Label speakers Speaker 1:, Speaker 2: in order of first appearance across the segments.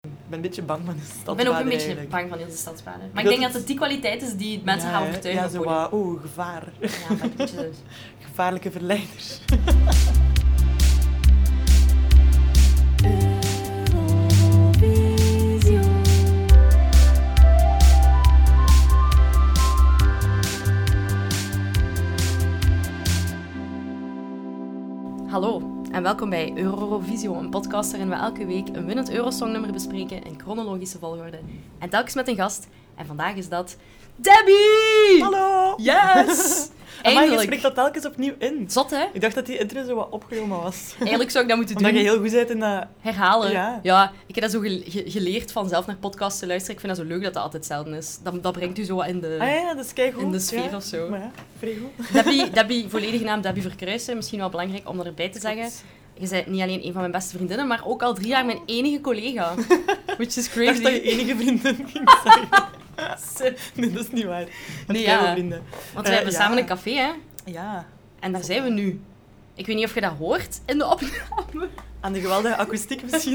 Speaker 1: ben een beetje bang van de stad.
Speaker 2: Ik ben ook een beetje bang van heel de stadsbaden. Maar ik,
Speaker 1: dat
Speaker 2: denk dat
Speaker 1: het-
Speaker 2: het die kwaliteit is die mensen
Speaker 1: ja,
Speaker 2: gaan
Speaker 1: hè.
Speaker 2: overtuigen.
Speaker 1: Ja, zo
Speaker 2: voor die-
Speaker 1: wat, oeh, gevaar.
Speaker 2: Ja, maar een beetje zo.
Speaker 1: Gevaarlijke verleiders.
Speaker 2: Hallo en welkom bij Eurovisio, een podcast waarin we elke week een winnend Eurosongnummer bespreken in chronologische volgorde. En telkens met een gast. En vandaag is dat Debbie!
Speaker 1: Hallo!
Speaker 2: Yes!
Speaker 1: Amai, je
Speaker 2: Eindelijk.
Speaker 1: spreekt dat telkens opnieuw in.
Speaker 2: Zot hè?
Speaker 1: Ik dacht dat die intro zo wat opgenomen was.
Speaker 2: Eigenlijk zou ik dat moeten doen.
Speaker 1: Omdat je heel goed bent in dat...
Speaker 2: Herhalen. Ja.
Speaker 1: Ja.
Speaker 2: ik heb dat zo gel- ge- geleerd van zelf naar podcasts te luisteren. Ik vind dat zo leuk dat dat altijd hetzelfde is. Dat, dat brengt u zo wat in de...
Speaker 1: Ah ja, dat is keigoed.
Speaker 2: Eh, In de sfeer
Speaker 1: ja.
Speaker 2: of zo.
Speaker 1: Maar ja, vrij goed.
Speaker 2: Debbie, Debbie, volledige naam Debbie Verkruijsen. Misschien wel belangrijk om dat erbij te zeggen. Je bent niet alleen een van mijn beste vriendinnen, maar ook al drie jaar mijn enige collega. Which is
Speaker 1: Ik dacht dat je
Speaker 2: crazy.
Speaker 1: enige vrienden ging zeggen. nee, dat is niet waar. Met
Speaker 2: Nee,
Speaker 1: nee,
Speaker 2: ja.
Speaker 1: vrienden.
Speaker 2: Want we hebben
Speaker 1: Eh, ja.
Speaker 2: samen een café, hè.
Speaker 1: Ja.
Speaker 2: En daar zijn we nu. Ik weet niet of je dat hoort in de opname.
Speaker 1: Aan de geweldige akoestiek misschien.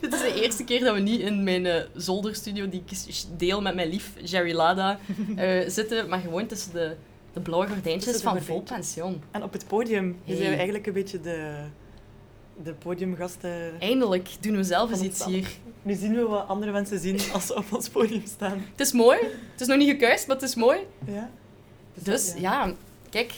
Speaker 2: Dit is de eerste keer dat we niet in mijn eh, zolderstudio, die ik s- deel met mijn lief Jerry Lada, eh, zitten, maar gewoon tussen de, de blauwe gordijntjes
Speaker 1: Tussen de
Speaker 2: van vol
Speaker 1: gordijntjes.
Speaker 2: pension.
Speaker 1: en op het podium. Dus zijn
Speaker 2: Hey.
Speaker 1: we eigenlijk een beetje de, de podiumgasten.
Speaker 2: Eindelijk doen we zelf eens
Speaker 1: Van
Speaker 2: iets
Speaker 1: onszelf.
Speaker 2: hier.
Speaker 1: Nu zien we wat andere mensen zien als ze op ons podium staan.
Speaker 2: Het is mooi. Het is nog niet gekuist, maar het is mooi.
Speaker 1: Ja.
Speaker 2: Dus ja, kijk,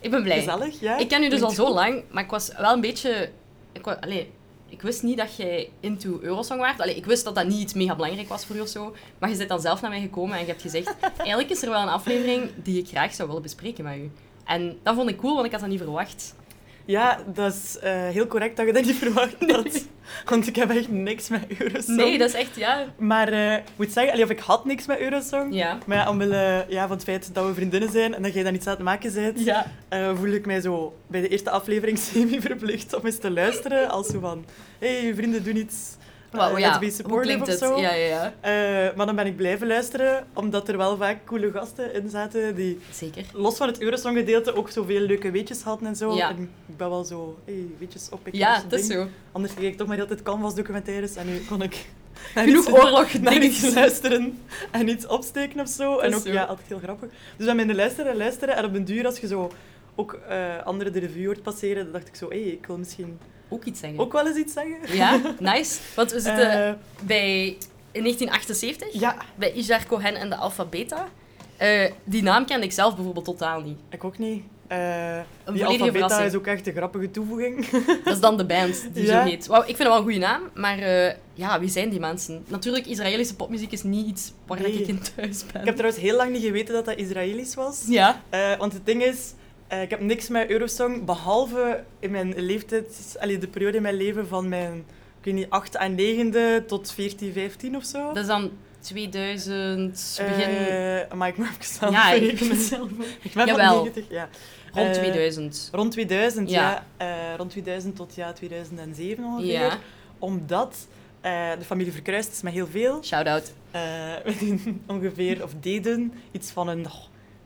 Speaker 2: ik ben blij.
Speaker 1: Gezellig, ja.
Speaker 2: Ik ken u dus al
Speaker 1: Klinkt
Speaker 2: zo
Speaker 1: goed.
Speaker 2: lang, maar ik was wel een beetje... Ik, wa- allee, ik wist niet dat jij into Eurosong waart. Allee, ik wist dat dat niet iets mega belangrijk was voor u of zo. Maar je bent dan zelf naar mij gekomen en je hebt gezegd... Eigenlijk is er wel een aflevering die ik graag zou willen bespreken met u. En dat vond ik cool, want ik had dat niet verwacht.
Speaker 1: Ja, dat is eh, heel correct dat je dat niet verwacht had. Want ik heb echt niks met Eurosong.
Speaker 2: Nee, dat is echt... Ja.
Speaker 1: Maar eh, ik moet zeggen, allee, of ik had niks met Eurosong.
Speaker 2: Ja.
Speaker 1: Maar ja, omwille ja, van het feit dat we vriendinnen zijn en dat jij daar niets aan het maken bent,
Speaker 2: Ja.
Speaker 1: eh, voelde ik mij zo bij de eerste aflevering semi-verplicht om eens te luisteren. Als zo van, hé, hey, vrienden, doen iets. eh,
Speaker 2: Wauw, ja.
Speaker 1: let's be
Speaker 2: Hoe
Speaker 1: supportive
Speaker 2: klinkt
Speaker 1: of
Speaker 2: het?
Speaker 1: zo.
Speaker 2: Ja, ja, ja.
Speaker 1: Eh, maar dan ben ik blijven luisteren, omdat er wel vaak coole gasten in zaten die
Speaker 2: Zeker.
Speaker 1: los van het Eurosong-gedeelte ook zoveel leuke weetjes hadden en zo.
Speaker 2: Ja.
Speaker 1: En ik ben wel zo, hey, weetjes oppikken.
Speaker 2: Ja,
Speaker 1: is een
Speaker 2: dat is
Speaker 1: ding.
Speaker 2: zo.
Speaker 1: Anders kreeg ik toch maar altijd Canvas-documentaires en nu kon ik... naar
Speaker 2: Genoeg
Speaker 1: iets-
Speaker 2: oorlog,
Speaker 1: naar
Speaker 2: denk
Speaker 1: iets
Speaker 2: ik.
Speaker 1: luisteren en iets opsteken of zo. En
Speaker 2: is
Speaker 1: ook,
Speaker 2: zo.
Speaker 1: ja, altijd heel grappig. Dus dan ben je luisteren en luisteren. En op een duur, als je zo ook eh anderen de revue hoort passeren, dan dacht ik zo, hé, hey, ik wil misschien
Speaker 2: Ook iets zeggen.
Speaker 1: ook wel eens iets zeggen.
Speaker 2: Ja, nice. Want we zitten
Speaker 1: Eh,
Speaker 2: bij... In 1978?
Speaker 1: ja,
Speaker 2: bij Ijar Cohen en de Alpha Beta. Eh, die naam kende ik zelf bijvoorbeeld totaal niet.
Speaker 1: ik ook niet. Eh die
Speaker 2: volledige
Speaker 1: alfabeta
Speaker 2: verrassing.
Speaker 1: is ook echt een grappige toevoeging.
Speaker 2: Dat is dan de band die
Speaker 1: Ja.
Speaker 2: zo heet. Wauw, ik vind het wel een goede naam, maar eh, ja, wie zijn die mensen? Natuurlijk, Israëlische popmuziek is niet iets waar
Speaker 1: Nee.
Speaker 2: ik in thuis ben.
Speaker 1: Ik heb trouwens heel lang niet geweten dat dat Israëlisch was.
Speaker 2: Ja,
Speaker 1: Eh, want het ding is, eh, ik heb niks met Eurosong, behalve in mijn leeftijd, allee, de periode in mijn leven van mijn, ik weet niet, 8 en 9e tot 14, 15 of zo.
Speaker 2: dat is dan 2000, begin...
Speaker 1: Eh, amai, ik moet even snel
Speaker 2: ja, ik
Speaker 1: berekenen. Ik ben van
Speaker 2: Jawel.
Speaker 1: 90, ja.
Speaker 2: Rond
Speaker 1: Eh,
Speaker 2: 2000.
Speaker 1: Rond 2000, ja.
Speaker 2: Ja.
Speaker 1: Eh, rond 2000 tot ja, 2007 ongeveer.
Speaker 2: Ja,
Speaker 1: Omdat eh, de familie verkruist is met heel veel.
Speaker 2: shout-out.
Speaker 1: Eh, we doen ongeveer, of deden, iets van een... oh,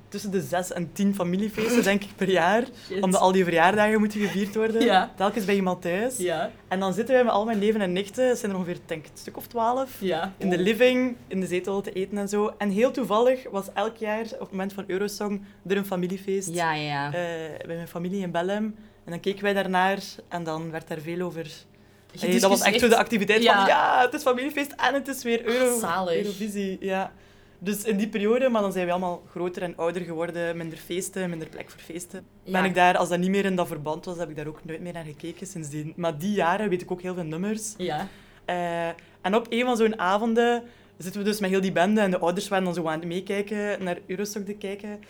Speaker 1: tussen de zes en tien familiefeesten, denk ik, per jaar. Omdat al die verjaardagen moeten gevierd worden.
Speaker 2: Ja.
Speaker 1: Telkens bij iemand thuis.
Speaker 2: Ja,
Speaker 1: En dan zitten wij met al mijn neven en nichten. Het zijn er ongeveer, denk ik, een stuk of twaalf.
Speaker 2: ja. Oh.
Speaker 1: In de living, in de zetel te eten en zo. En heel toevallig was elk jaar, op het moment van Eurosong, er een familiefeest
Speaker 2: Ja, ja,
Speaker 1: eh,
Speaker 2: ja.
Speaker 1: bij mijn familie in Bellem. En dan keken wij daarnaar en dan werd daar veel over. Allee, dat was echt
Speaker 2: Gediscussieerd.
Speaker 1: zo de activiteit
Speaker 2: dus Ja.
Speaker 1: van ja, het is familiefeest en het is weer Euro,
Speaker 2: Ah, zalig.
Speaker 1: Eurovisie. Ja. Dus in die periode, maar dan zijn we allemaal groter en ouder geworden, minder feesten, minder plek voor feesten.
Speaker 2: Ja.
Speaker 1: Ben ik daar, als dat niet meer in dat verband was, heb ik daar ook nooit meer naar gekeken sindsdien. Maar die jaren weet ik ook heel veel nummers.
Speaker 2: Ja.
Speaker 1: Eh, en op een van zo'n avonden zitten we dus met heel die bende en de ouders waren dan zo aan het meekijken, naar Eurosong te kijken.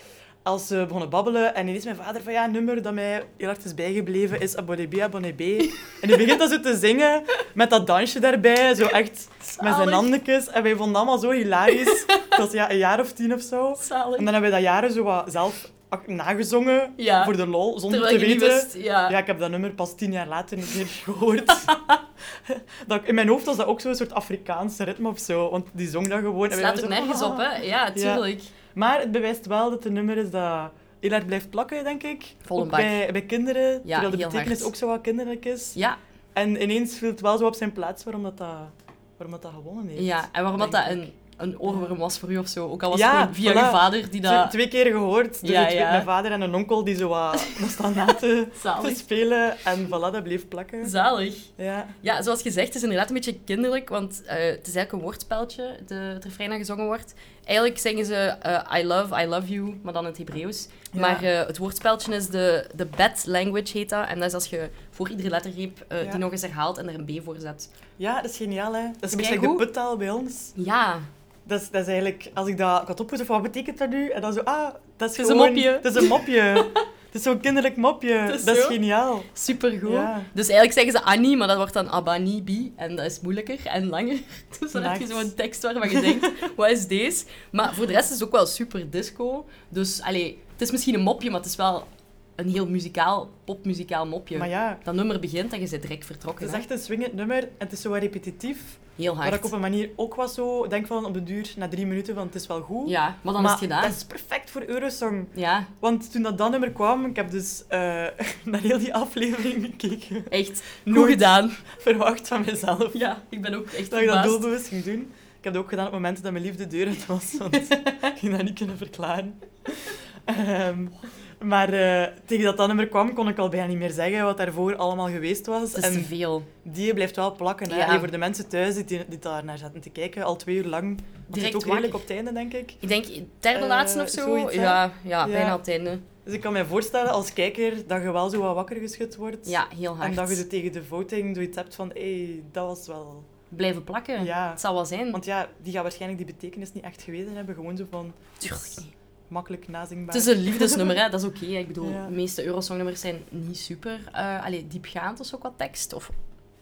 Speaker 1: Als ze begonnen babbelen en ineens mijn vader van ja, een nummer dat mij heel hard is bijgebleven is Abonebé, Abonebé. En die begint dat zo te zingen met dat dansje daarbij, zo echt met zijn
Speaker 2: Zalig.
Speaker 1: handjes. En wij vonden dat allemaal zo hilarisch. Ik was ja, een jaar of tien of zo.
Speaker 2: Zalig.
Speaker 1: En dan hebben we dat jaren zo wat zelf ac- nagezongen
Speaker 2: Ja.
Speaker 1: voor de lol, zonder
Speaker 2: Terwijl
Speaker 1: te
Speaker 2: dus je niet
Speaker 1: weten.
Speaker 2: wist, ja.
Speaker 1: Ja, ik heb dat nummer pas tien jaar later een keer gehoord. dat, ik- in mijn hoofd was dat ook zo'n soort Afrikaanse ritme of zo, want die zong dat gewoon.
Speaker 2: Het
Speaker 1: en wij
Speaker 2: slaat ook
Speaker 1: waren zo,
Speaker 2: nergens
Speaker 1: "Ah."
Speaker 2: op, hè. Ja, tuurlijk.
Speaker 1: Maar het bewijst wel dat het een nummer is dat heel hard blijft plakken, denk ik.
Speaker 2: Vol een
Speaker 1: ook
Speaker 2: bak.
Speaker 1: bij, bij kinderen, terwijl de
Speaker 2: heel
Speaker 1: betekenis
Speaker 2: hard.
Speaker 1: ook zo wat kinderlijk is.
Speaker 2: Ja,
Speaker 1: En ineens viel het wel zo op zijn plaats waarom dat, dat waarom dat, dat gewonnen heeft.
Speaker 2: Ja, en waarom dat
Speaker 1: denk
Speaker 2: dat een, een oorworm was voor u of zo. Ook al was
Speaker 1: Ja,
Speaker 2: het gewoon via
Speaker 1: voilà.
Speaker 2: je vader die
Speaker 1: Zo
Speaker 2: dat...
Speaker 1: Twee keer gehoord. Dus
Speaker 2: Ja,
Speaker 1: ik weet
Speaker 2: ja.
Speaker 1: mijn vader en een onkel die zo wat staan na te, te
Speaker 2: Zalig.
Speaker 1: spelen. En voilà, dat bleef plakken.
Speaker 2: Zalig.
Speaker 1: Ja.
Speaker 2: Ja, zoals gezegd, het is inderdaad een beetje kinderlijk, want eh, het is eigenlijk een woordspeltje, de, het refrein dat gezongen wordt. Eigenlijk zingen ze eh, I love, I love you, maar dan in het Hebreeuws.
Speaker 1: Ja.
Speaker 2: Maar eh, het woordspeltje is de, de bed language, heet dat. En dat is als je voor iedere lettergreep eh,
Speaker 1: Ja.
Speaker 2: die nog eens herhaalt en er een B voor zet.
Speaker 1: ja, dat is geniaal, hè. Dat is een beetje
Speaker 2: Kijk
Speaker 1: like de
Speaker 2: hoe-
Speaker 1: puttaal bij ons.
Speaker 2: Ja,
Speaker 1: Dat is, dat is eigenlijk, als ik dat ik had opgezocht, wat betekent dat nu? En dan zo, ah, dat is,
Speaker 2: Het is een
Speaker 1: gewoon...
Speaker 2: mopje.
Speaker 1: Het is een mopje. het is zo'n kinderlijk mopje.
Speaker 2: Het is
Speaker 1: dat is
Speaker 2: zo.
Speaker 1: geniaal.
Speaker 2: supergoed.
Speaker 1: Ja.
Speaker 2: Dus eigenlijk zeggen ze Annie, maar dat wordt dan Abani, Bi. En dat is moeilijker en langer. Dus dan heb je
Speaker 1: Nice.
Speaker 2: zo'n tekst waarvan je denkt, wat is deze? Maar voor de rest is het ook wel super disco. Dus allee, het is misschien een mopje, maar het is wel een heel muzikaal, popmuzikaal mopje.
Speaker 1: Maar ja,
Speaker 2: Dat nummer begint en je zit direct vertrokken.
Speaker 1: het is
Speaker 2: hè.
Speaker 1: echt een swingend nummer. En het is zo wat repetitief.
Speaker 2: heel hard.
Speaker 1: Maar ik op een manier ook was zo, denk van op de duur, na drie minuten, van het is wel goed.
Speaker 2: Ja, maar dan
Speaker 1: maar
Speaker 2: is het gedaan.
Speaker 1: dat is perfect voor Eurosong.
Speaker 2: Ja,
Speaker 1: Want toen dat, dat nummer kwam, ik heb dus eh, naar heel die aflevering gekeken.
Speaker 2: echt. Goed
Speaker 1: Nooit
Speaker 2: gedaan.
Speaker 1: verwacht van mezelf
Speaker 2: Ja, ik ben ook echt
Speaker 1: dat ik dat
Speaker 2: verbaasd.
Speaker 1: doelbewust ging doen. Ik heb dat ook gedaan op momenten dat mijn liefde deur uit was, want ik ging dat niet kunnen verklaren. Ehm, maar eh, tegen dat dat nummer kwam, kon ik al bijna niet meer zeggen wat daarvoor allemaal geweest was.
Speaker 2: Het is te
Speaker 1: En
Speaker 2: veel.
Speaker 1: die blijft wel plakken. Hè?
Speaker 2: Ja.
Speaker 1: Allee, voor de mensen thuis die, die daar naar zaten te kijken, al twee uur lang. Want het zit
Speaker 2: Direct
Speaker 1: ook redelijk
Speaker 2: wakker.
Speaker 1: op het einde, denk ik.
Speaker 2: Ik denk, derde
Speaker 1: Eh,
Speaker 2: laatste of zo?
Speaker 1: zoiets, hè?
Speaker 2: ja, ja, bijna
Speaker 1: Ja.
Speaker 2: op het einde.
Speaker 1: Dus ik kan me voorstellen als kijker dat je wel zo wat wakker geschud wordt.
Speaker 2: Ja, heel hard.
Speaker 1: En dat je zo tegen de voting zoiets hebt van, hé, hey, dat was wel...
Speaker 2: Blijven plakken.
Speaker 1: Ja.
Speaker 2: Het zal wel zijn.
Speaker 1: Want ja, die gaat waarschijnlijk die betekenis niet echt geweten hebben. Gewoon zo van,
Speaker 2: Tuurlijk niet.
Speaker 1: makkelijk nazingbaar.
Speaker 2: Het is een liefdesnummer, hè. dat is oké. hè. Ik bedoel,
Speaker 1: Ja.
Speaker 2: de meeste Eurosongnummers zijn niet super eh allee, diepgaand of zo qua tekst. Of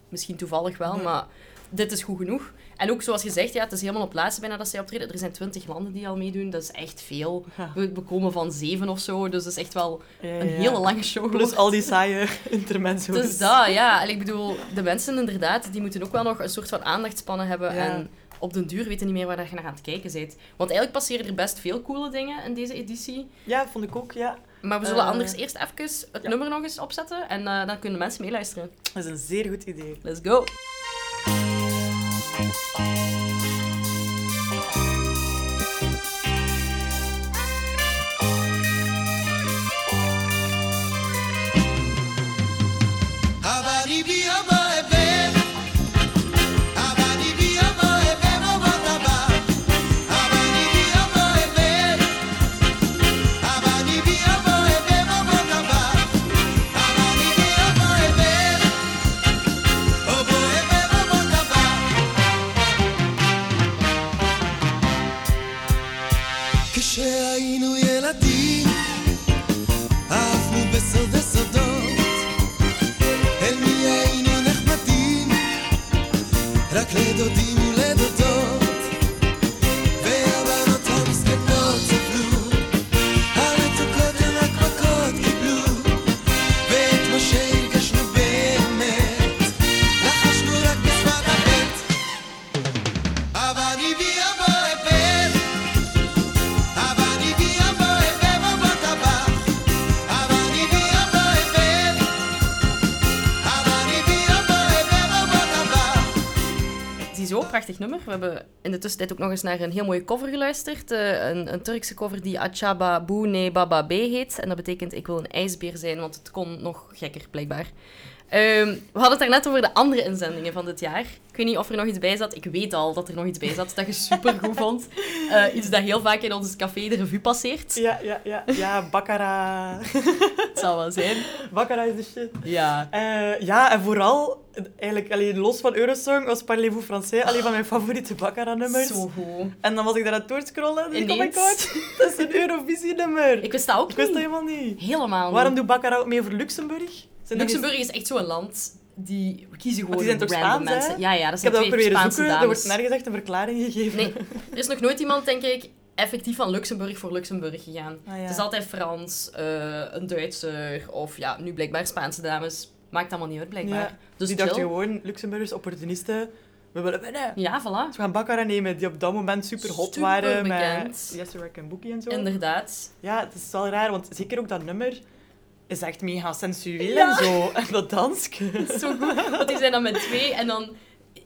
Speaker 2: misschien toevallig wel,
Speaker 1: Ja.
Speaker 2: maar dit is goed genoeg. En ook zoals gezegd, ja, het is helemaal op laatste bijna dat zij optreden. Er zijn twintig landen die al meedoen, dat is echt veel.
Speaker 1: Ja.
Speaker 2: We, we komen van zeven of zo, dus dat is echt wel
Speaker 1: Ja, ja,
Speaker 2: een
Speaker 1: ja.
Speaker 2: hele lange show.
Speaker 1: Plus al die saaie intermezzo's.
Speaker 2: Het is Dus dat, ja. En ik bedoel, de mensen inderdaad, die moeten ook wel nog een soort van aandachtspannen hebben.
Speaker 1: Ja.
Speaker 2: En op den duur weten niet meer waar dat je naar aan het kijken bent. Want eigenlijk passeren er best veel coole dingen in deze editie.
Speaker 1: Ja, vond ik ook, ja.
Speaker 2: Maar we zullen
Speaker 1: Eh,
Speaker 2: anders eerst even het
Speaker 1: ja.
Speaker 2: nummer nog eens opzetten en eh, dan kunnen mensen meeluisteren.
Speaker 1: Dat is een zeer goed idee.
Speaker 2: Let's go!
Speaker 3: כשהיינו ילדים, אהבנו בסודי סודות, אל מי היינו נחמדים, רק לדודים ולדודות. והבנות המסכנות סבלו, המתוקות הן רק מכות קיבלו, ואת משה הרגשנו באמת, לחשנו רק בשפת הבט. אבל הביאה בו היבט, אבל הביאה בו היבט בבת הבא, אבל הביאה בו היבט, אבל הביאה בו היבט בבת הבא.
Speaker 2: Ziezo, prachtig nummer. We hebben in de tussentijd ook nog eens naar een heel mooie cover geluisterd. Eh, een, een Turkse cover die Achaba Bune Baba B heet. En dat betekent ik wil een ijsbeer zijn, want het kon nog gekker, blijkbaar. Ehm, we hadden het daarnet over de andere inzendingen van dit jaar. Ik weet niet of er nog iets bij zat. Ik weet al dat er nog iets bij zat dat je supergoed vond. Eh, iets dat heel vaak in ons café de revue passeert.
Speaker 1: Ja, ja, ja. Ja, Baccara.
Speaker 2: Het zal wel zijn.
Speaker 1: Baccara is de shit.
Speaker 2: Ja.
Speaker 1: Eh, ja, en vooral, eigenlijk, allee, los van Eurosong, was Parlez-vous Français alleen van mijn favoriete Baccara-nummers.
Speaker 2: Ah. Zo goed.
Speaker 1: En dan was ik daar aan het doorscrollen en ik, oh my
Speaker 2: Ineens.
Speaker 1: god, dat is een Eurovisie-nummer.
Speaker 2: Ik wist dat ook
Speaker 1: Ik wist dat
Speaker 2: niet.
Speaker 1: helemaal niet.
Speaker 2: Helemaal niet.
Speaker 1: Waarom doet Baccara ook mee voor Luxemburg? Zijn die-
Speaker 2: Luxemburg is echt zo'n land die kiezen gewoon
Speaker 1: die zijn toch
Speaker 2: random
Speaker 1: Spaans, hè?
Speaker 2: mensen. Ja, ja, dat
Speaker 1: Ik heb
Speaker 2: zijn
Speaker 1: dat ook
Speaker 2: twee
Speaker 1: proberen
Speaker 2: Spaanse
Speaker 1: zoeken, er
Speaker 2: dames.
Speaker 1: wordt nergens echt een verklaring gegeven.
Speaker 2: Nee, er is nog nooit iemand, denk ik, effectief van Luxemburg voor Luxemburg gegaan.
Speaker 1: Ah, ja.
Speaker 2: Het is altijd Frans, eh, een Duitser of ja, nu blijkbaar Spaanse dames. Maakt allemaal niet uit, blijkbaar.
Speaker 1: Ja,
Speaker 2: Dus
Speaker 1: die dachten
Speaker 2: chill.
Speaker 1: gewoon, Luxemburgers, opportunisten, we willen winnen.
Speaker 2: Ja, voilà.
Speaker 1: Dus we gaan Baccara nemen, die op dat moment super hot
Speaker 2: Super
Speaker 1: waren.
Speaker 2: bekend.
Speaker 1: Met Yes, Rack en Bookie en zo.
Speaker 2: Inderdaad.
Speaker 1: Ja, het is wel raar, want zeker ook dat nummer is echt mega sensueel
Speaker 2: Ja.
Speaker 1: en zo. En dat dansje.
Speaker 2: Zo goed. Want die zijn dan met twee en dan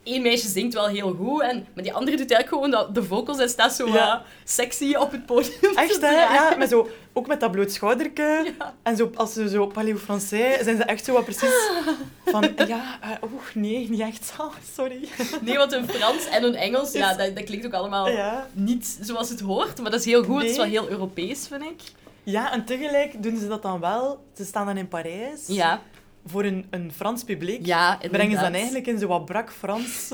Speaker 2: één meisje zingt wel heel goed, en, maar die andere doet eigenlijk gewoon dat, de vocals en staat zo
Speaker 1: Ja.
Speaker 2: wat sexy op het podium.
Speaker 1: Echt, hè?
Speaker 2: Ja.
Speaker 1: Ja, maar zo, ook met dat bloot schouderke.
Speaker 2: Ja.
Speaker 1: En zo, als ze zo paleo français zijn ze echt zo wat precies van... Ja, eh, oeh, nee, niet echt. Oh, sorry.
Speaker 2: Nee, want hun Frans en hun Engels, ja, dat, dat klinkt ook allemaal
Speaker 1: Ja.
Speaker 2: niet zoals het hoort, maar dat is heel goed. Het is wel
Speaker 1: Nee.
Speaker 2: heel Europees, vind ik.
Speaker 1: ja, en tegelijk doen ze dat dan wel. Ze staan dan in Parijs
Speaker 2: Ja,
Speaker 1: voor een, een Frans publiek.
Speaker 2: ja
Speaker 1: Brengen ze
Speaker 2: inderdaad.
Speaker 1: dan eigenlijk in zo wat brak Frans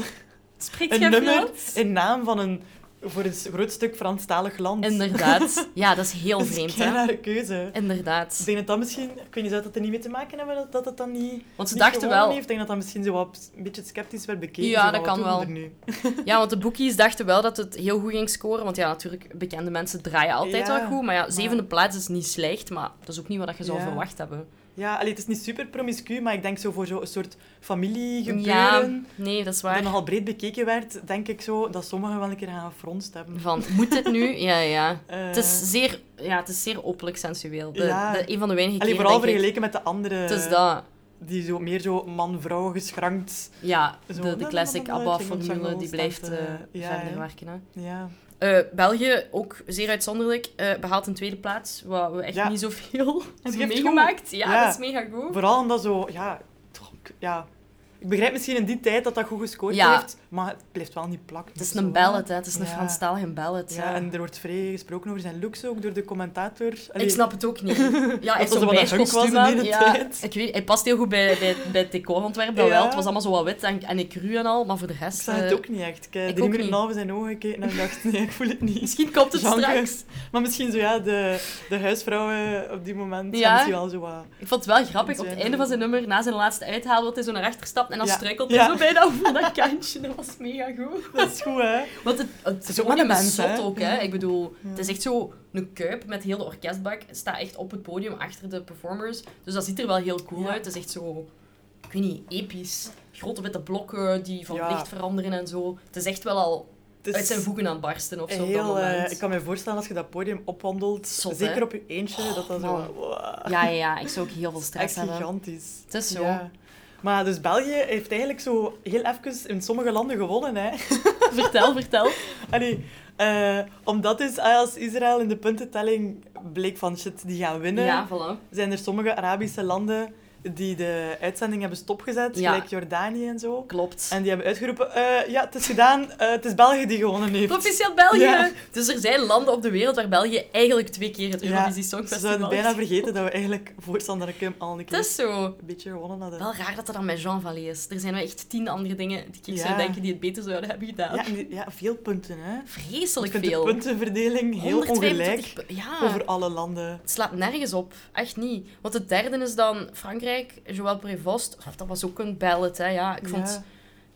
Speaker 2: Spreekt
Speaker 1: een
Speaker 2: jij
Speaker 1: nummer
Speaker 2: Frans?
Speaker 1: in naam van een voor een groot stuk Franstalig land.
Speaker 2: Inderdaad. Ja, dat is heel
Speaker 1: Dat is
Speaker 2: vreemd,
Speaker 1: een
Speaker 2: hè?
Speaker 1: rare keuze. Ik
Speaker 2: Inderdaad.
Speaker 1: denk dat dat misschien, ik weet niet, zou dat er niet mee te maken hebben dat dat het dan niet.
Speaker 2: Want ze
Speaker 1: niet
Speaker 2: dachten
Speaker 1: gewonnen
Speaker 2: wel-
Speaker 1: Heeft. Ik denk dat dat misschien zo wat een beetje sceptisch werd bekeken. zo
Speaker 2: Ja,
Speaker 1: van,
Speaker 2: dat
Speaker 1: wat
Speaker 2: kan
Speaker 1: doen we
Speaker 2: wel.
Speaker 1: er Nu?
Speaker 2: Ja, want de bookies dachten wel dat het heel goed ging scoren. Want ja, natuurlijk, bekende mensen draaien altijd
Speaker 1: Ja,
Speaker 2: wel goed. Maar ja, zevende plaats is niet slecht, maar dat is ook niet wat je zou
Speaker 1: Ja.
Speaker 2: verwacht hebben.
Speaker 1: Ja, allee, het is niet super promiscu, maar ik denk zo voor zo'n soort familiegebeuren.
Speaker 2: Ja, nee, dat is
Speaker 1: Dat
Speaker 2: waar.
Speaker 1: nogal breed bekeken werd, denk ik zo dat sommigen wel een keer gaan gefronst hebben.
Speaker 2: Van, moet dit nu? Ja, ja.
Speaker 1: Eh,
Speaker 2: Het is zeer, ja, het is zeer openlijk sensueel. De,
Speaker 1: Ja.
Speaker 2: de- een van de weinige
Speaker 1: allee,
Speaker 2: keren,
Speaker 1: vooral
Speaker 2: denk ik.
Speaker 1: vergeleken met de andere.
Speaker 2: Het is dat.
Speaker 1: Die zo meer zo man-vrouw geschrankt.
Speaker 2: Ja,
Speaker 1: Zo,
Speaker 2: de, de
Speaker 1: dan-
Speaker 2: classic
Speaker 1: dan- dan- dan-
Speaker 2: ABBA-formule, die
Speaker 1: dan-
Speaker 2: blijft
Speaker 1: dan- dan-
Speaker 2: eh,
Speaker 1: ja,
Speaker 2: verder
Speaker 1: hè.
Speaker 2: werken. Hè.
Speaker 1: Ja.
Speaker 2: Eh, België, ook zeer uitzonderlijk, eh, behaalt een tweede plaats. Wat we echt
Speaker 1: Ja.
Speaker 2: niet zoveel hebben
Speaker 1: heeft
Speaker 2: meegemaakt. Ja,
Speaker 1: Ja.
Speaker 2: dat is mega goed.
Speaker 1: Vooral omdat zo, ja, toch, ik- ja. Ik begrijp misschien in die tijd dat dat goed gescoord
Speaker 2: Ja.
Speaker 1: heeft, maar het blijft wel niet plakken.
Speaker 2: Het is
Speaker 1: of
Speaker 2: een
Speaker 1: zo,
Speaker 2: ballet, hè. Het is een
Speaker 1: Ja.
Speaker 2: Franstalige ballet.
Speaker 1: Ja, en er wordt vrij gesproken over zijn looks ook door de commentator. Allee,
Speaker 2: Ik snap het ook niet. Ja, hij heeft
Speaker 1: dat
Speaker 2: zo'n
Speaker 1: wat dat hunk was
Speaker 2: beige
Speaker 1: in
Speaker 2: kostuum aan.
Speaker 1: die
Speaker 2: Ja,
Speaker 1: tijd.
Speaker 2: ik weet, hij past heel goed bij, bij, bij het decorontwerp, dat
Speaker 1: Ja.
Speaker 2: wel. Het was allemaal zo wat wit en, en ik cru en al, maar voor de
Speaker 1: Ik
Speaker 2: rest...
Speaker 1: zag het
Speaker 2: eh,
Speaker 1: ook niet echt. Ik heb
Speaker 2: ik
Speaker 1: drie
Speaker 2: ook
Speaker 1: minuten en
Speaker 2: niet.
Speaker 1: een half in zijn ogen gekeken en ik dacht, nee, ik voel het niet.
Speaker 2: Misschien komt het
Speaker 1: Genre.
Speaker 2: straks.
Speaker 1: Maar misschien zo, ja, de, de huisvrouwen op die moment
Speaker 2: Ja.
Speaker 1: ja. misschien wel zo wat...
Speaker 2: Ik vond het wel grappig. Op het
Speaker 1: Zijn
Speaker 2: einde van zijn nummer, na zijn laatste uithaal, dat hij zo naar achter stapt en dan
Speaker 1: Ja.
Speaker 2: struikelt hij
Speaker 1: Ja.
Speaker 2: zo bijna over dat kantje. Dat was mega goed.
Speaker 1: Dat is goed, hè?
Speaker 2: Want het, het
Speaker 1: is ook
Speaker 2: is ook
Speaker 1: maar
Speaker 2: een
Speaker 1: een mens,
Speaker 2: mens,
Speaker 1: hè?
Speaker 2: ook, hè. Ik bedoel, het
Speaker 1: Ja.
Speaker 2: is echt zo een kuip met heel de orkestbak. Het staat echt op het podium achter de performers. Dus dat ziet er wel heel cool
Speaker 1: Ja.
Speaker 2: uit. Het is echt zo, ik weet niet, episch. Grote witte blokken die van
Speaker 1: Ja.
Speaker 2: licht veranderen en zo. Het is echt wel al
Speaker 1: Het
Speaker 2: uit zijn voegen aan het barsten of zo op dat
Speaker 1: heel, eh,
Speaker 2: moment.
Speaker 1: ik kan me voorstellen als je dat podium opwandelt,
Speaker 2: Zot,
Speaker 1: zeker
Speaker 2: hè? Oh,
Speaker 1: op je eentje, dat dat zo...
Speaker 2: man.
Speaker 1: wow.
Speaker 2: Ja, ja, ja. Ik zou ook heel veel stress
Speaker 1: Echt
Speaker 2: hebben.
Speaker 1: gigantisch.
Speaker 2: Het is zo.
Speaker 1: Maar dus België heeft eigenlijk zo heel even in sommige landen gewonnen, hè.
Speaker 2: Vertel, vertel.
Speaker 1: Allee, eh, omdat dus als Israël in de puntentelling bleek van shit, die gaan winnen,
Speaker 2: Ja, voilà.
Speaker 1: zijn er sommige Arabische landen die de uitzending hebben stopgezet,
Speaker 2: Ja.
Speaker 1: gelijk Jordanië en zo.
Speaker 2: Klopt.
Speaker 1: En die hebben uitgeroepen, eh, ja, het is gedaan, eh, het is België die gewonnen heeft.
Speaker 2: Proficiat België!
Speaker 1: Ja.
Speaker 2: Dus er zijn landen op de wereld waar België eigenlijk twee keer het Eurovisie
Speaker 1: ze
Speaker 2: Songfestival Dus
Speaker 1: zouden bijna
Speaker 2: heeft.
Speaker 1: vergeten dat we eigenlijk voor Sandra Kim al een
Speaker 2: Het
Speaker 1: keer
Speaker 2: is zo.
Speaker 1: een beetje gewonnen hadden.
Speaker 2: Wel raar dat dat dan met Jean Vallée is. Er zijn wel echt tien andere dingen die ik
Speaker 1: Ja.
Speaker 2: zou denken die het beter zouden hebben gedaan.
Speaker 1: Ja, en die- ja, veel punten, hè. Ik
Speaker 2: Vreselijk
Speaker 1: vind
Speaker 2: veel.
Speaker 1: de puntenverdeling heel ongelijk
Speaker 2: 125 pu- Ja,
Speaker 1: over alle landen.
Speaker 2: het slaat nergens op. Echt niet. Want de derde is dan Frankrijk, Joël Prévost. Oh, dat was ook een ballad, hè. Ja, ik vond...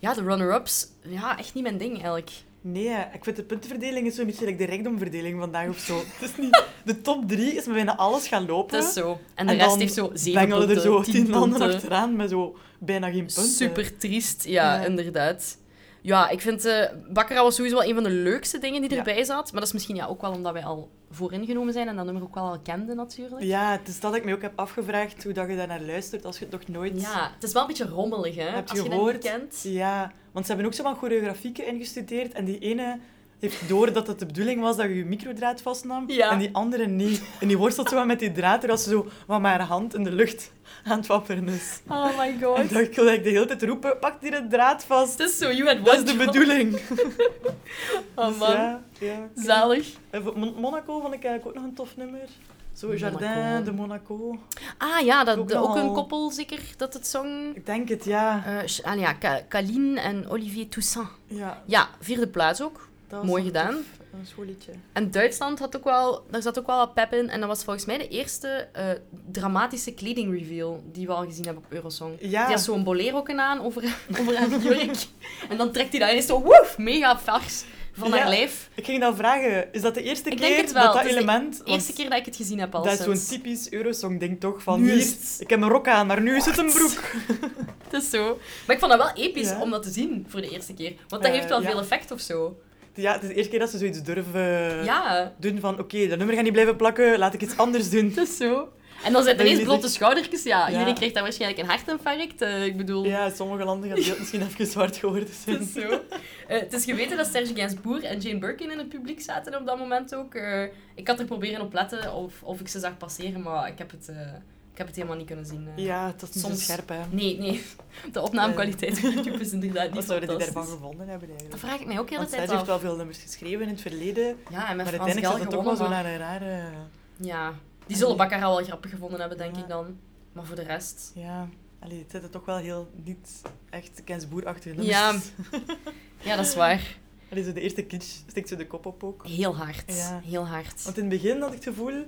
Speaker 1: Ja.
Speaker 2: Ja, de runner-ups... Ja, echt niet mijn ding, eigenlijk.
Speaker 1: Nee, hè. ik vind de puntenverdeling is zo'n beetje like de rijkdomverdeling vandaag of zo. Het is niet... De top drie is met bijna alles gaan lopen.
Speaker 2: Het is zo. En
Speaker 1: En
Speaker 2: de rest
Speaker 1: dan
Speaker 2: heeft zo zeven
Speaker 1: bengelen
Speaker 2: punten,
Speaker 1: er zo
Speaker 2: tien
Speaker 1: tien landen
Speaker 2: punten.
Speaker 1: achteraan met zo bijna geen punten.
Speaker 2: Super triest, ja,
Speaker 1: eh. Ja.
Speaker 2: inderdaad. Ja, ik vind eh Baccarat was sowieso wel een van de leukste dingen die
Speaker 1: Ja.
Speaker 2: erbij zat. Maar dat is misschien ja, ook wel omdat wij al vooringenomen zijn en dat nummer ook wel al kenden natuurlijk.
Speaker 1: Ja, het is dat ik me ook heb afgevraagd, hoe dat je daarnaar luistert als je het nog nooit...
Speaker 2: Ja, het is wel een beetje rommelig, hè?
Speaker 1: Heb je
Speaker 2: als je
Speaker 1: gehoord?
Speaker 2: dat niet kent.
Speaker 1: Ja, want ze hebben ook zo van choreografieken ingestudeerd en die ene heeft door dat het de bedoeling was dat je je microdraad vastnam
Speaker 2: Ja.
Speaker 1: en die andere niet. En die worstelt zo wat met die draad terwijl ze zo van maar haar hand in de lucht aan het wapperen is.
Speaker 2: Oh my
Speaker 1: En
Speaker 2: god.
Speaker 1: dat ik wil eigenlijk de hele tijd roepen, pak die de draad vast.
Speaker 2: Het is zo, you had one
Speaker 1: Dat is de
Speaker 2: job.
Speaker 1: bedoeling.
Speaker 2: Oh
Speaker 1: Dus
Speaker 2: man,
Speaker 1: ja, ja.
Speaker 2: zalig.
Speaker 1: En voor Mon- Monaco vond ik eigenlijk ook nog een tof nummer. Zo, Jardin
Speaker 2: Monaco.
Speaker 1: de Monaco.
Speaker 2: Ah ja, dat,
Speaker 1: Ook
Speaker 2: ook,
Speaker 1: nogal-
Speaker 2: een koppel zeker dat het zong.
Speaker 1: Ik denk het, ja.
Speaker 2: Eh, Ch- ah ja, Ka- Kaline en Olivier Toussaint.
Speaker 1: ja
Speaker 2: Ja, vierde plaats ook.
Speaker 1: dat was
Speaker 2: Mooi
Speaker 1: nog
Speaker 2: gedaan.
Speaker 1: tof. Een schoolliedje.
Speaker 2: En Duitsland had ook wel, daar zat ook wel wat pep in. En dat was volgens mij de eerste eh, dramatische kledingreveal die we al gezien hebben op Eurosong.
Speaker 1: Ja.
Speaker 2: Die had zo'n bolero aan over, over haar jurk. En dan trekt hij dat en is zo woef, mega vers van
Speaker 1: Ja.
Speaker 2: haar lijf.
Speaker 1: Ik ging dan vragen, is dat de eerste
Speaker 2: Ik denk
Speaker 1: keer
Speaker 2: het wel.
Speaker 1: dat dat
Speaker 2: Het is de
Speaker 1: element...
Speaker 2: De
Speaker 1: want
Speaker 2: eerste keer dat ik het gezien heb al
Speaker 1: dat is
Speaker 2: sinds.
Speaker 1: zo'n typisch Eurosong-ding, toch? Van
Speaker 2: Nu
Speaker 1: hier,
Speaker 2: is het-
Speaker 1: ik heb een rok aan, maar nu is het een broek.
Speaker 2: Het is zo. Maar ik vond dat wel episch
Speaker 1: Ja.
Speaker 2: om dat te zien voor de eerste keer. Want dat
Speaker 1: Eh,
Speaker 2: heeft wel
Speaker 1: ja.
Speaker 2: veel effect of zo.
Speaker 1: Ja, het is de eerste keer dat ze zoiets durven
Speaker 2: Ja,
Speaker 1: doen van oké, dat nummer gaat niet blijven plakken, laat ik iets anders doen.
Speaker 2: het is zo. En dan
Speaker 1: Dat is
Speaker 2: zijn het ineens
Speaker 1: niet
Speaker 2: blote
Speaker 1: echt-
Speaker 2: schoudertjes. Ja,
Speaker 1: Ja.
Speaker 2: iedereen krijgt daar waarschijnlijk een hartinfarct. Eh, ik bedoel...
Speaker 1: Ja, in sommige landen gaat het beeld misschien even zwart geworden zijn.
Speaker 2: Het is zo. Eh, het is geweten dat Serge Gainsbourg en Jane Birkin in het publiek zaten op dat moment ook. Eh, ik had er proberen op letten of, of ik ze zag passeren, maar ik heb het, eh, ik heb het helemaal niet kunnen zien. eh.
Speaker 1: Ja, het was niet
Speaker 2: Soms-
Speaker 1: zo scherp, hè.
Speaker 2: Nee, nee. De opnamekwaliteit van YouTube is inderdaad niet
Speaker 1: Eh. Wat zouden die
Speaker 2: fantastisch.
Speaker 1: daarvan gevonden hebben, eigenlijk?
Speaker 2: Dat vraag ik mij ook heel de
Speaker 1: Want zij
Speaker 2: tijd
Speaker 1: heeft
Speaker 2: af.
Speaker 1: wel veel nummers geschreven in het verleden,
Speaker 2: Ja, en met
Speaker 1: maar
Speaker 2: Frans
Speaker 1: uiteindelijk
Speaker 2: Gal
Speaker 1: zat het toch
Speaker 2: gewonnen.
Speaker 1: wel zo
Speaker 2: maar-
Speaker 1: naar een rare...
Speaker 2: Ja, die zullen Baccarat wel grappig gevonden hebben, denk
Speaker 1: Ja.
Speaker 2: ik dan. Maar voor de rest...
Speaker 1: Ja, allee, het zitten toch wel heel niet echt Kensboer-achtige nummers.
Speaker 2: Ja. Ja, dat is waar.
Speaker 1: Allee, zo de eerste kitsch stikt ze de kop op ook.
Speaker 2: Heel hard.
Speaker 1: Ja.
Speaker 2: Heel hard.
Speaker 1: Want in het begin had ik het gevoel,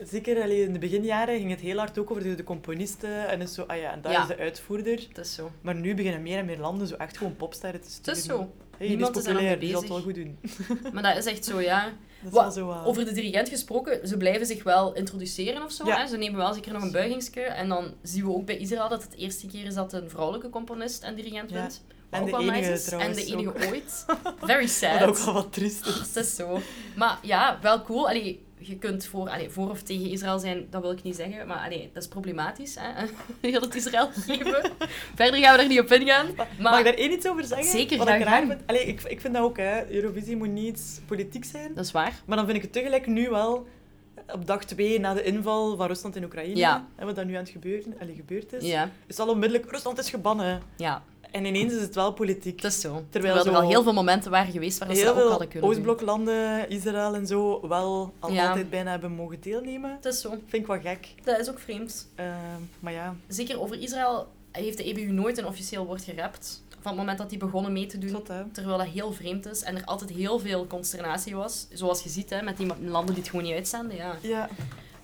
Speaker 1: zeker allee, in de beginjaren, ging het heel hard ook over de, de componisten en dus zo, ah ja, en daar
Speaker 2: Ja.
Speaker 1: is de uitvoerder.
Speaker 2: Het is zo.
Speaker 1: Maar nu beginnen meer en meer landen zo echt gewoon popsterren te
Speaker 2: Het
Speaker 1: sturen.
Speaker 2: is zo.
Speaker 1: Hey,
Speaker 2: Niemand
Speaker 1: die
Speaker 2: is
Speaker 1: is
Speaker 2: daar nog
Speaker 1: populair,
Speaker 2: mee
Speaker 1: die zal het wel
Speaker 2: bezig.
Speaker 1: goed doen.
Speaker 2: Maar dat is echt zo, ja.
Speaker 1: Dat is
Speaker 2: Wa-
Speaker 1: wel zo eh,
Speaker 2: Over de dirigent gesproken, ze blijven zich wel introduceren of zo.
Speaker 1: Ja.
Speaker 2: Hè? Ze nemen wel zeker nog een buigingskeer. En dan zien we ook bij Israël dat het de eerste keer is dat een vrouwelijke componist en dirigent
Speaker 1: Ja.
Speaker 2: wint. Wat
Speaker 1: En de
Speaker 2: ook wel
Speaker 1: enige
Speaker 2: nice is. En
Speaker 1: trouwens
Speaker 2: de enige
Speaker 1: ook.
Speaker 2: ooit. Very sad.
Speaker 1: Wat ook wel wat triest is.
Speaker 2: Dat is zo. Maar ja, wel cool. Allee, je kunt voor, allee, voor of tegen Israël zijn, dat wil ik niet zeggen. Maar allee, dat is problematisch. Hè? Heel het Israël geven. Verder gaan we er niet op ingaan.
Speaker 1: Mag ik
Speaker 2: Maar
Speaker 1: daar één iets over zeggen?
Speaker 2: Zeker,
Speaker 1: Wat ik
Speaker 2: graag
Speaker 1: raar
Speaker 2: gedaan.
Speaker 1: vind... Allee, ik, ik vind dat ook, hè. Eurovisie moet niet politiek zijn.
Speaker 2: dat is waar.
Speaker 1: Maar dan vind ik het tegelijk nu wel op dag 2 na de inval van Rusland in Oekraïne,
Speaker 2: Ja.
Speaker 1: hè, wat dat nu aan het gebeuren, allee, gebeurd is,
Speaker 2: Ja,
Speaker 1: is al onmiddellijk Rusland is gebannen.
Speaker 2: ja,
Speaker 1: En ineens is het wel politiek.
Speaker 2: het is zo. Terwijl,
Speaker 1: zo
Speaker 2: er wel heel veel momenten waren geweest waar ze
Speaker 1: heel
Speaker 2: dat ook hadden
Speaker 1: veel
Speaker 2: kunnen doen.
Speaker 1: Oostbloklanden, Israël en zo, wel al
Speaker 2: Ja.
Speaker 1: altijd bijna hebben mogen deelnemen.
Speaker 2: Het is zo.
Speaker 1: Vind ik wel gek.
Speaker 2: Dat is ook vreemd.
Speaker 1: Ehm, maar ja,
Speaker 2: Zeker over Israël heeft de EBU nooit een officieel woord gerapt. Van het moment dat die begonnen mee te doen.
Speaker 1: tot hè.
Speaker 2: Terwijl dat heel vreemd is en er altijd heel veel consternatie was. Zoals je ziet, hè, met die landen die het gewoon niet uitzenden. Ja.
Speaker 1: Ja,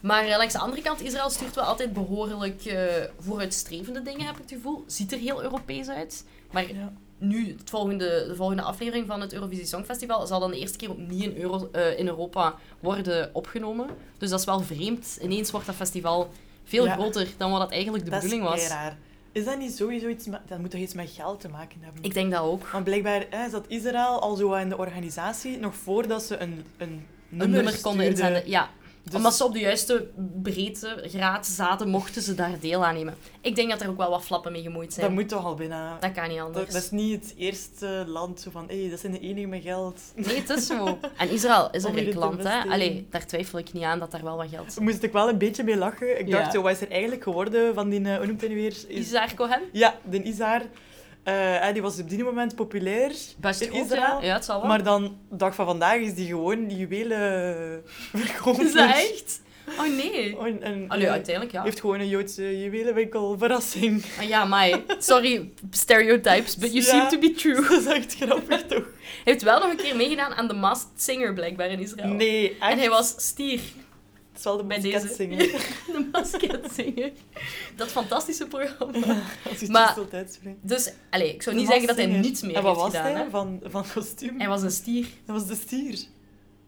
Speaker 2: Maar eh, langs de andere kant, Israël stuurt wel altijd behoorlijk eh, vooruitstrevende dingen, heb ik het gevoel. Ziet er heel Europees uit. Maar
Speaker 1: ja.
Speaker 2: nu, het volgende, de volgende aflevering van het Eurovisie Songfestival, zal dan de eerste keer opnieuw in, Euro, eh, in Europa worden opgenomen. Dus dat is wel vreemd. Ineens wordt dat festival veel
Speaker 1: Ja.
Speaker 2: groter dan wat dat eigenlijk de
Speaker 1: dat is
Speaker 2: bedoeling was.
Speaker 1: kei raar. Is dat niet sowieso iets... met- Dat moet toch iets met geld te maken hebben?
Speaker 2: Ik denk dat ook.
Speaker 1: Want blijkbaar hè, zat Israël al zo wat in de organisatie, nog voordat ze een, een nummer,
Speaker 2: Een nummer konden
Speaker 1: stuurden.
Speaker 2: inzenden. Ja,
Speaker 1: Dus-
Speaker 2: Omdat ze op de juiste breedtegraad zaten, mochten ze daar deel aan nemen. Ik denk dat er ook wel wat flappen mee gemoeid zijn.
Speaker 1: Dat moet toch al bijna. Dat,
Speaker 2: Dat kan niet anders.
Speaker 1: dat is niet het eerste land zo van, hé, dat zijn de enige met geld.
Speaker 2: Nee, het is zo. En Israël is een
Speaker 1: Om hier
Speaker 2: rijk
Speaker 1: te
Speaker 2: land, hè.
Speaker 1: investeren.
Speaker 2: Allee, daar twijfel ik niet aan dat daar wel wat geld
Speaker 1: Daar moest ik wel een beetje mee lachen. Ik
Speaker 2: Ja.
Speaker 1: dacht, zo, wat is er eigenlijk geworden van die, eh, hoe noemt hij nu weer? Is-
Speaker 2: Isar Cohen?
Speaker 1: Ja, de Izar. Eh, hè, die was op die moment populair
Speaker 2: Best
Speaker 1: in
Speaker 2: goed,
Speaker 1: Israël.
Speaker 2: ja. Ja, het zal wel.
Speaker 1: Maar dan, de dag van vandaag, is die gewoon juwelenverkoper.
Speaker 2: Is dat echt? Oh, nee.
Speaker 1: En, en-
Speaker 2: Allee, uiteindelijk, ja.
Speaker 1: Heeft gewoon een Joodse juwelenwinkel. Verrassing.
Speaker 2: Ah, ja, maar Sorry, stereotypes, but you
Speaker 1: Ja.
Speaker 2: seem to be true.
Speaker 1: Dat is echt grappig, toch?
Speaker 2: Hij heeft wel nog een keer meegedaan aan The Masked Singer, blijkbaar, in Israël.
Speaker 1: Nee, echt.
Speaker 2: En hij was stier
Speaker 1: Het is wel de
Speaker 2: bij
Speaker 1: beste
Speaker 2: deze.
Speaker 1: singer.
Speaker 2: de Masked Singer. Dat fantastische programma.
Speaker 1: Als je
Speaker 2: Maar-
Speaker 1: maar, altijd springt.
Speaker 2: Dus, allee, ik zou niet
Speaker 1: De
Speaker 2: zeggen dat hij
Speaker 1: Masked
Speaker 2: niets
Speaker 1: Singer.
Speaker 2: meer
Speaker 1: En wat
Speaker 2: heeft
Speaker 1: was
Speaker 2: gedaan.
Speaker 1: hij
Speaker 2: hè.
Speaker 1: van, van kostuum?
Speaker 2: Hij was een stier.
Speaker 1: Dat was de stier.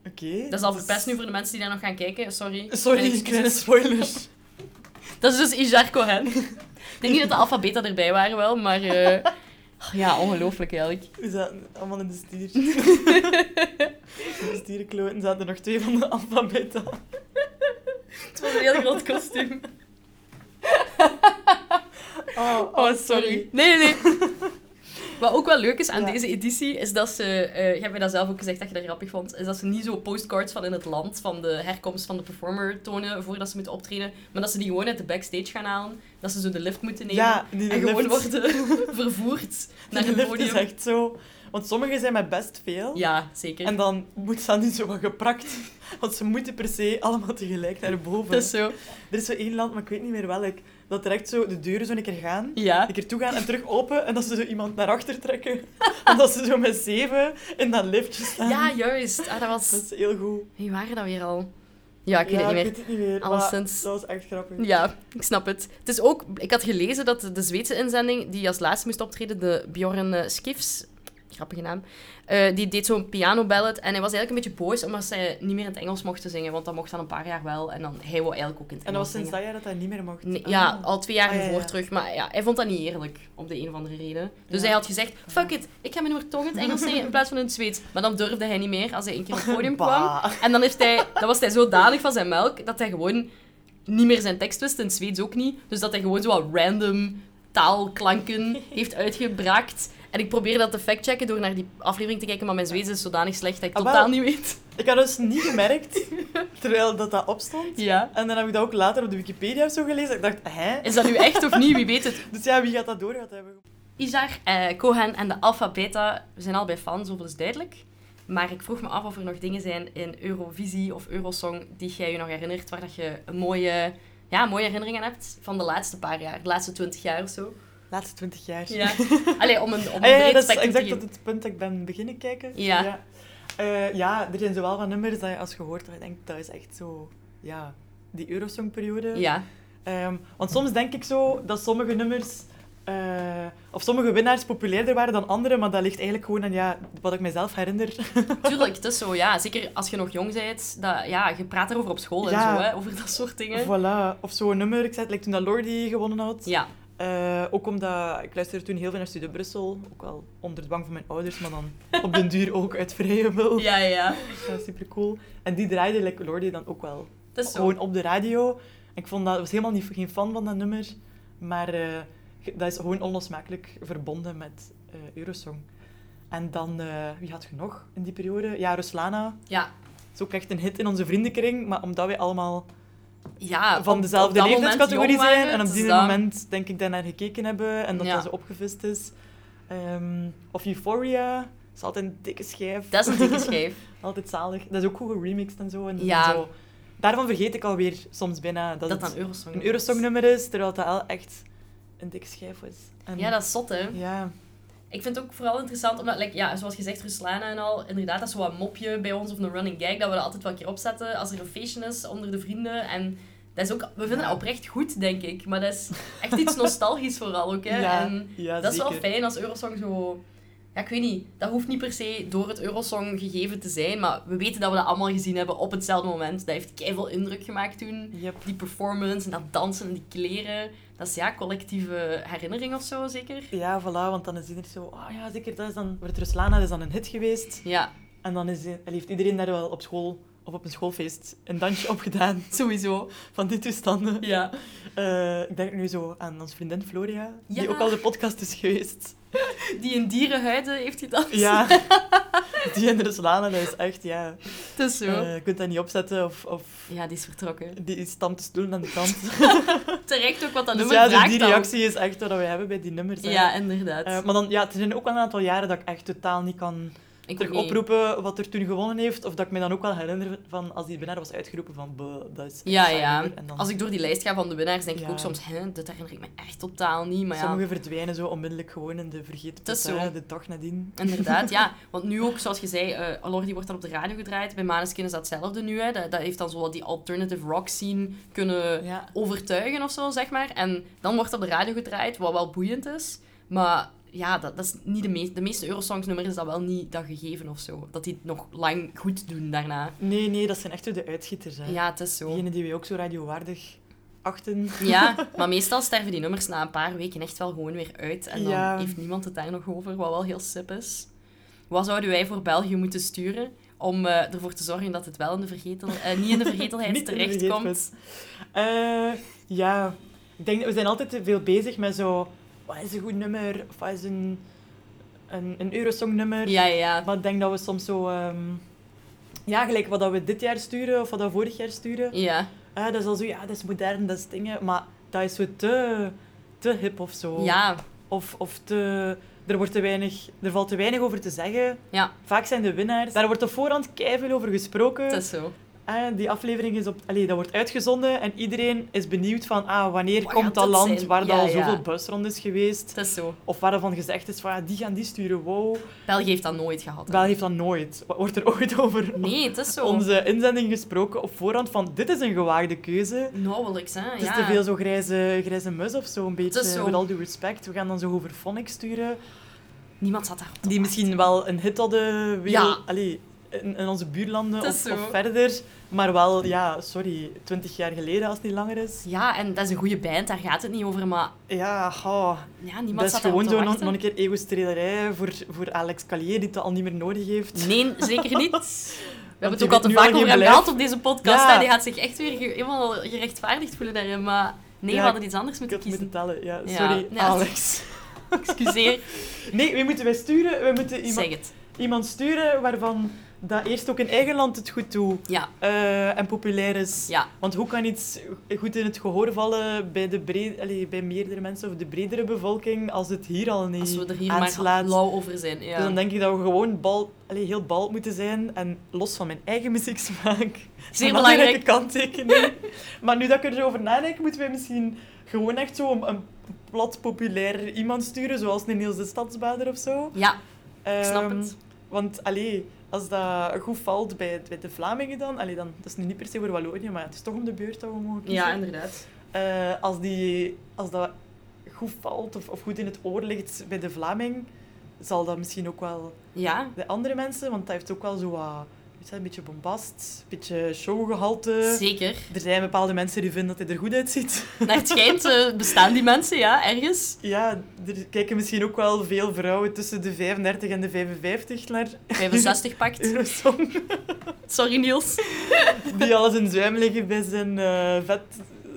Speaker 1: Oké.
Speaker 2: Dat is al verpest nu voor de mensen die daar nog gaan kijken. Sorry. Mijn
Speaker 1: Sorry,
Speaker 2: excuses.
Speaker 1: kleine spoiler.
Speaker 2: Dat is dus Ijar Cohen. Ik denk niet dat de alfabeta erbij waren wel, maar... eh, ja, ongelooflijk eigenlijk.
Speaker 1: We zaten allemaal in de stier. de stierenkloten zaten er nog twee van de alfabet
Speaker 2: Oh,
Speaker 1: aan.
Speaker 2: Het was een heel groot kostuum.
Speaker 1: Oh,
Speaker 2: Oh, sorry. Nee, nee. Wat ook wel leuk is aan
Speaker 1: Ja.
Speaker 2: deze editie, is dat ze... eh je hebt mij dat zelf ook gezegd dat je dat grappig vond. Is dat ze niet zo postcards van in het land, van de herkomst van de performer tonen voordat ze moeten optreden. Maar dat ze die gewoon uit de backstage gaan halen. Dat ze zo de lift moeten nemen.
Speaker 1: Ja, die
Speaker 2: en gewoon
Speaker 1: lift.
Speaker 2: worden vervoerd naar
Speaker 1: die
Speaker 2: het
Speaker 1: lift is
Speaker 2: podium.
Speaker 1: echt zo. Want sommigen zijn met best veel.
Speaker 2: Ja, zeker.
Speaker 1: En dan moet ze dan niet zo wat geprakt. Want ze moeten per se allemaal tegelijk naar boven.
Speaker 2: Dat is zo.
Speaker 1: Er is zo één land, maar ik weet niet meer welk. Dat er echt zo de deuren zo een keer gaan.
Speaker 2: Ja.
Speaker 1: Een keer toe gaan en terug open. En dat ze zo iemand naar achter trekken. Omdat ze zo met zeven in dat liftje staan.
Speaker 2: Ja, juist. Ah, dat was...
Speaker 1: Dat is heel goed.
Speaker 2: Wie waren dat weer al? Ja, ik weet het
Speaker 1: Ja,
Speaker 2: niet
Speaker 1: Ik weet
Speaker 2: meer.
Speaker 1: het niet meer. maar
Speaker 2: Alleszins.
Speaker 1: Dat was echt grappig.
Speaker 2: Ja, ik snap het. Het is ook... Ik had gelezen dat de Zweedse inzending die als laatste moest optreden, de Bjorn eh, Skifs... Grappige naam. eh, die deed zo'n pianoballet en hij was eigenlijk een beetje boos omdat zij niet meer in het Engels mochten zingen, want dat mocht dan een paar jaar wel. En dan, hij wou eigenlijk ook in het
Speaker 1: En dat
Speaker 2: Engels
Speaker 1: was sinds
Speaker 2: zingen.
Speaker 1: dat jaar dat dat niet meer mocht.
Speaker 2: Nee, ja,
Speaker 1: Ah.
Speaker 2: al twee jaar
Speaker 1: Ah, ja,
Speaker 2: ervoor
Speaker 1: ja.
Speaker 2: terug. Maar ja, hij vond dat niet eerlijk, om de een of andere reden. Dus
Speaker 1: Ja.
Speaker 2: hij had gezegd, fuck it, ik ga mijn nummer toch in het Engels zingen in plaats van in het Zweeds. Maar dan durfde hij niet meer als hij een keer op het podium kwam.
Speaker 1: Bah.
Speaker 2: En dan, heeft hij, dan was hij zodanig van zijn melk dat hij gewoon niet meer zijn tekst wist, in het Zweeds ook niet. Dus dat hij gewoon zo wat random taalklanken heeft uitgebraakt. En ik probeer dat te factchecken door naar die aflevering te kijken, maar mijn Zweeds is zodanig slecht dat ik
Speaker 1: Ah, wel.
Speaker 2: totaal niet weet.
Speaker 1: Ik had dus niet gemerkt, terwijl dat, dat opstond.
Speaker 2: Ja.
Speaker 1: En dan heb ik dat ook later op de Wikipedia of zo gelezen. Ik dacht, hè?
Speaker 2: Is dat nu echt of niet? Wie weet het.
Speaker 1: Dus ja, wie gaat dat doorgehad hebben?
Speaker 2: Isar, eh, Cohen en de Alpha Beta, we zijn al bij fans, zoveel is duidelijk. Maar ik vroeg me af of er nog dingen zijn in Eurovisie of Eurosong die jij je nog herinnert, waar dat je een mooie, ja, mooie herinnering aan hebt van de laatste paar jaar, de laatste twintig jaar of zo.
Speaker 1: Laatste twintig jaar.
Speaker 2: Ja. Allee, om een, om een
Speaker 1: Ah, ja, ja,
Speaker 2: breed
Speaker 1: dat is
Speaker 2: spectrum te
Speaker 1: exact
Speaker 2: geven.
Speaker 1: tot het punt dat ik ben beginnen kijken.
Speaker 2: Ja.
Speaker 1: Ja, Eh, ja er zijn zowel wat nummers dat je als je hoort, dat je denkt, dat is echt zo... Ja, die Eurosong-periode.
Speaker 2: Ja.
Speaker 1: Ehm, want soms denk ik zo dat sommige nummers... eh, of sommige winnaars populairder waren dan andere, maar dat ligt eigenlijk gewoon aan ja, wat ik mezelf herinner.
Speaker 2: Tuurlijk, het is zo, ja. Zeker als je nog jong bent, dat, ja, je praat erover op school en
Speaker 1: Ja.
Speaker 2: zo, hè, over dat soort dingen.
Speaker 1: voilà. Of zo'n nummer, ik zei het, like toen dat Lordi gewonnen had.
Speaker 2: Ja,
Speaker 1: Eh, ook omdat ik luisterde toen heel veel naar Studio Brussel. Ook wel onder dwang van mijn ouders, maar dan op den duur ook uit vrije wil.
Speaker 2: ja, ja.
Speaker 1: Dat is super cool. En die draaide like Lordi dan ook wel.
Speaker 2: Dat is zo.
Speaker 1: Gewoon op de radio. Ik vond dat, ik was helemaal niet, geen fan van dat nummer. Maar eh, ge- dat is gewoon onlosmakelijk verbonden met eh, Eurosong. En dan, eh, wie had je nog in die periode? Ja, Ruslana.
Speaker 2: Ja.
Speaker 1: Dat is ook echt een hit in onze vriendenkring. Maar omdat wij allemaal
Speaker 2: Ja,
Speaker 1: van
Speaker 2: op- op
Speaker 1: dezelfde
Speaker 2: dat
Speaker 1: leeftijdscategorie
Speaker 2: moment jong
Speaker 1: zijn. En
Speaker 2: waren,
Speaker 1: op
Speaker 2: dus
Speaker 1: die
Speaker 2: dat-
Speaker 1: moment denk ik daar naar gekeken hebben en dat
Speaker 2: Ja.
Speaker 1: dat zo opgevist is. Ehm, of Euphoria, dat is altijd een dikke schijf.
Speaker 2: Dat is een dikke schijf.
Speaker 1: altijd zalig. Dat is ook goed geremixed en zo. En
Speaker 2: Ja.
Speaker 1: zo. Daarvan vergeet ik alweer soms bijna dat,
Speaker 2: Dat
Speaker 1: het
Speaker 2: dan Eurosong
Speaker 1: een Eurosong-nummer is, terwijl dat wel echt een dikke schijf was. En-
Speaker 2: Ja, dat is zot, hè.
Speaker 1: ja.
Speaker 2: Ik vind het ook vooral interessant, omdat, like, ja, zoals gezegd, Ruslana en al, inderdaad, dat is wel een mopje bij ons of een running gag, dat we dat altijd wel een keer opzetten als er een feestje is onder de vrienden. En dat is ook, we vinden dat oprecht goed, denk ik. Maar dat is echt iets nostalgisch vooral ook, hè.
Speaker 1: Ja,
Speaker 2: En
Speaker 1: ja,
Speaker 2: dat is wel
Speaker 1: zeker.
Speaker 2: fijn als Eurosong zo... Ja, ik weet niet, dat hoeft niet per se door het Eurosong gegeven te zijn, maar we weten dat we dat allemaal gezien hebben op hetzelfde moment. Dat heeft keiveel indruk gemaakt toen.
Speaker 1: Yep.
Speaker 2: Die performance en dat dansen en die kleren. Dat is ja, collectieve herinnering of zo, zeker.
Speaker 1: Ja, voilà, want dan is iedereen zo... Oh ja, zeker, dat is dan... Wordt Ruslana, dat is dan een hit geweest.
Speaker 2: Ja,
Speaker 1: En dan is, en heeft iedereen daar wel op school of op een schoolfeest een dansje op gedaan. Sowieso. Van die toestanden.
Speaker 2: ja.
Speaker 1: Eh, ik denk nu zo aan onze vriendin Floria,
Speaker 2: Ja.
Speaker 1: die ook al de podcast is geweest.
Speaker 2: Die in dierenhuiden heeft hij dat.
Speaker 1: Ja. die in Ruslana, dat is echt, ja.
Speaker 2: Dus zo.
Speaker 1: Eh, je kunt dat niet opzetten of, of
Speaker 2: ja, die is vertrokken.
Speaker 1: die stampt de stoelen aan de kant.
Speaker 2: Terecht ook wat dat
Speaker 1: dus
Speaker 2: nummer
Speaker 1: ja, dus
Speaker 2: vraagt
Speaker 1: die
Speaker 2: dan.
Speaker 1: reactie is echt wat we hebben bij die nummers. hè.
Speaker 2: Ja, inderdaad.
Speaker 1: Eh, maar dan, ja, er zijn ook wel een aantal jaren dat ik echt totaal niet kan
Speaker 2: ik
Speaker 1: terug
Speaker 2: ook niet.
Speaker 1: oproepen wat er toen gewonnen heeft. Of dat ik me dan ook wel herinner van als die winnaar was uitgeroepen van "Buh, dat is
Speaker 2: Ja,
Speaker 1: saai
Speaker 2: ja.
Speaker 1: nummer." En dan
Speaker 2: Als ik door die lijst ga van de winnaars, denk ik
Speaker 1: Ja.
Speaker 2: ook soms, hè, dat herinner ik me echt totaal niet. Maar ja,
Speaker 1: Sommigen verdwijnen zo onmiddellijk gewoon in de vergeten
Speaker 2: Dat is
Speaker 1: pot, hè,
Speaker 2: zo.
Speaker 1: de dag nadien.
Speaker 2: inderdaad. ja. Want nu ook, zoals je zei, eh Alor die wordt dan op de radio gedraaid. Bij Maneskin is dat hetzelfde nu. Hè. Dat, dat heeft dan zo wat die alternative rock scene kunnen
Speaker 1: Ja.
Speaker 2: overtuigen of zo, zeg maar. En dan wordt op de radio gedraaid, wat wel boeiend is. Maar ja, dat, dat is niet de, meest, de meeste Eurosongs-nummer is dat wel niet dat gegeven of zo. Dat die het nog lang goed doen daarna.
Speaker 1: Nee, nee, dat zijn echt zo de uitschieters. Hè.
Speaker 2: Ja, het is zo.
Speaker 1: Degenen die wij ook zo radiowaardig achten.
Speaker 2: Ja, maar meestal sterven die nummers na een paar weken echt wel gewoon weer uit. En dan
Speaker 1: Ja.
Speaker 2: heeft niemand het daar nog over, wat wel heel sip is. Wat zouden wij voor België moeten sturen om eh, ervoor te zorgen dat het wel in de vergetel, eh, niet in de vergetelheid
Speaker 1: Niet in de
Speaker 2: terechtkomt?
Speaker 1: vergetelheid. Eh, ja, ik denk dat we zijn altijd te veel bezig met zo... Wat is een goed nummer? Of wat is een, een, een Eurosong-nummer?
Speaker 2: Ja, ja, ja.
Speaker 1: Maar ik denk dat we soms zo... ehm, ja, gelijk wat dat we dit jaar sturen of wat dat we vorig jaar sturen.
Speaker 2: Ja,
Speaker 1: Eh, dat is al zo, ja, dat is modern, dat is dingen. Maar dat is zo te, te hip of zo.
Speaker 2: ja,
Speaker 1: Of, of te, er, wordt te weinig, er valt te weinig over te zeggen.
Speaker 2: Ja.
Speaker 1: Vaak zijn de winnaars. Daar wordt op voorhand keiveel over gesproken.
Speaker 2: het is zo.
Speaker 1: Eh, die aflevering is op, allee, dat wordt uitgezonden en iedereen is benieuwd van ah, wanneer
Speaker 2: Wat gaat
Speaker 1: komt dat
Speaker 2: het
Speaker 1: land
Speaker 2: zijn?
Speaker 1: waar dat
Speaker 2: Ja,
Speaker 1: al
Speaker 2: ja.
Speaker 1: zoveel busrondes is geweest.
Speaker 2: Het is zo.
Speaker 1: Of waarvan gezegd is van ja, die gaan die sturen, wow.
Speaker 2: België heeft dat nooit gehad.
Speaker 1: Wel heeft dat nooit. Wat Wordt er ooit over
Speaker 2: Nee, het is zo.
Speaker 1: onze inzending gesproken op voorhand van dit is een gewaagde keuze.
Speaker 2: Nauwelijks, hè.
Speaker 1: Het is
Speaker 2: ja.
Speaker 1: te veel zo grijze, grijze mus of zo, een beetje.
Speaker 2: is zo.
Speaker 1: Met al due respect. We gaan dan zo over phonics sturen.
Speaker 2: Niemand zat daar.
Speaker 1: Die misschien wel een hit hadden weer,
Speaker 2: Ja.
Speaker 1: allee, in, in onze buurlanden
Speaker 2: Het is
Speaker 1: of,
Speaker 2: zo.
Speaker 1: of verder. Maar wel, ja, sorry, twintig jaar geleden als het niet langer is.
Speaker 2: Ja, en dat is een goede band, daar gaat het niet over, maar
Speaker 1: Ja, goh.
Speaker 2: ja, niemand
Speaker 1: dat is
Speaker 2: zat daar
Speaker 1: gewoon
Speaker 2: te
Speaker 1: zo nog,
Speaker 2: wachten.
Speaker 1: nog een keer ego-strelerij voor, voor Alex Calier, die het al niet meer nodig heeft.
Speaker 2: Nee, zeker niet. hebben het
Speaker 1: die
Speaker 2: ook al
Speaker 1: weet
Speaker 2: te
Speaker 1: nu
Speaker 2: vaak
Speaker 1: al
Speaker 2: over
Speaker 1: geen
Speaker 2: hem
Speaker 1: beleid.
Speaker 2: gehad op deze podcast.
Speaker 1: Ja.
Speaker 2: hè. Die gaat zich echt weer ge- helemaal gerechtvaardigd voelen daarin. Maar nee,
Speaker 1: Ja,
Speaker 2: we hadden iets anders
Speaker 1: Ik
Speaker 2: moeten
Speaker 1: had moeten
Speaker 2: kiezen.
Speaker 1: tellen, ja.
Speaker 2: Ja.
Speaker 1: Sorry,
Speaker 2: Nee, dat is-
Speaker 1: Alex.
Speaker 2: Excuseer,
Speaker 1: Nee, we moeten wij sturen. We moeten
Speaker 2: zeg
Speaker 1: iemand,
Speaker 2: het.
Speaker 1: iemand sturen waarvan dat eerst ook in eigen land het goed doet
Speaker 2: Ja,
Speaker 1: eh, en populair is.
Speaker 2: ja.
Speaker 1: Want hoe kan iets goed in het gehoor vallen bij, de breed, allee, bij meerdere mensen of de bredere bevolking als het hier al niet
Speaker 2: Als we er hier
Speaker 1: aanslaat?
Speaker 2: maar lauw over zijn. Ja.
Speaker 1: Dus dan denk ik dat we gewoon bal, allee, heel bald moeten zijn en los van mijn eigen muzieksmaak.
Speaker 2: Zeer
Speaker 1: Een
Speaker 2: belangrijk.
Speaker 1: belangrijke kanttekening. maar nu dat ik erover nadenk, moeten wij misschien gewoon echt zo een, een plat populair iemand sturen, zoals een Niels de Stadsbader of zo.
Speaker 2: Ja, ik snap
Speaker 1: Ehm,
Speaker 2: het.
Speaker 1: Want allee, als dat goed valt bij, bij de Vlamingen dan, allee, dan, dat is nu niet per se voor Wallonië, maar het is toch om de beurt dat we mogen kiezen.
Speaker 2: Ja, inderdaad.
Speaker 1: Eh, als, die, als dat goed valt of, of goed in het oor ligt bij de Vlaming, zal dat misschien ook wel
Speaker 2: Ja,
Speaker 1: bij andere mensen, want dat heeft ook wel zo wat, weet je, een beetje bombast, een beetje showgehalte.
Speaker 2: zeker.
Speaker 1: Er zijn bepaalde mensen die vinden dat hij er goed uitziet.
Speaker 2: Naar het schijnt eh, bestaan die mensen, ja, ergens.
Speaker 1: Ja, er kijken misschien ook wel veel vrouwen tussen de 35 en de 55 naar
Speaker 2: 65 pakt.
Speaker 1: Eurosong.
Speaker 2: Sorry, Niels.
Speaker 1: Die alles in zwijm liggen bij zijn eh, vet,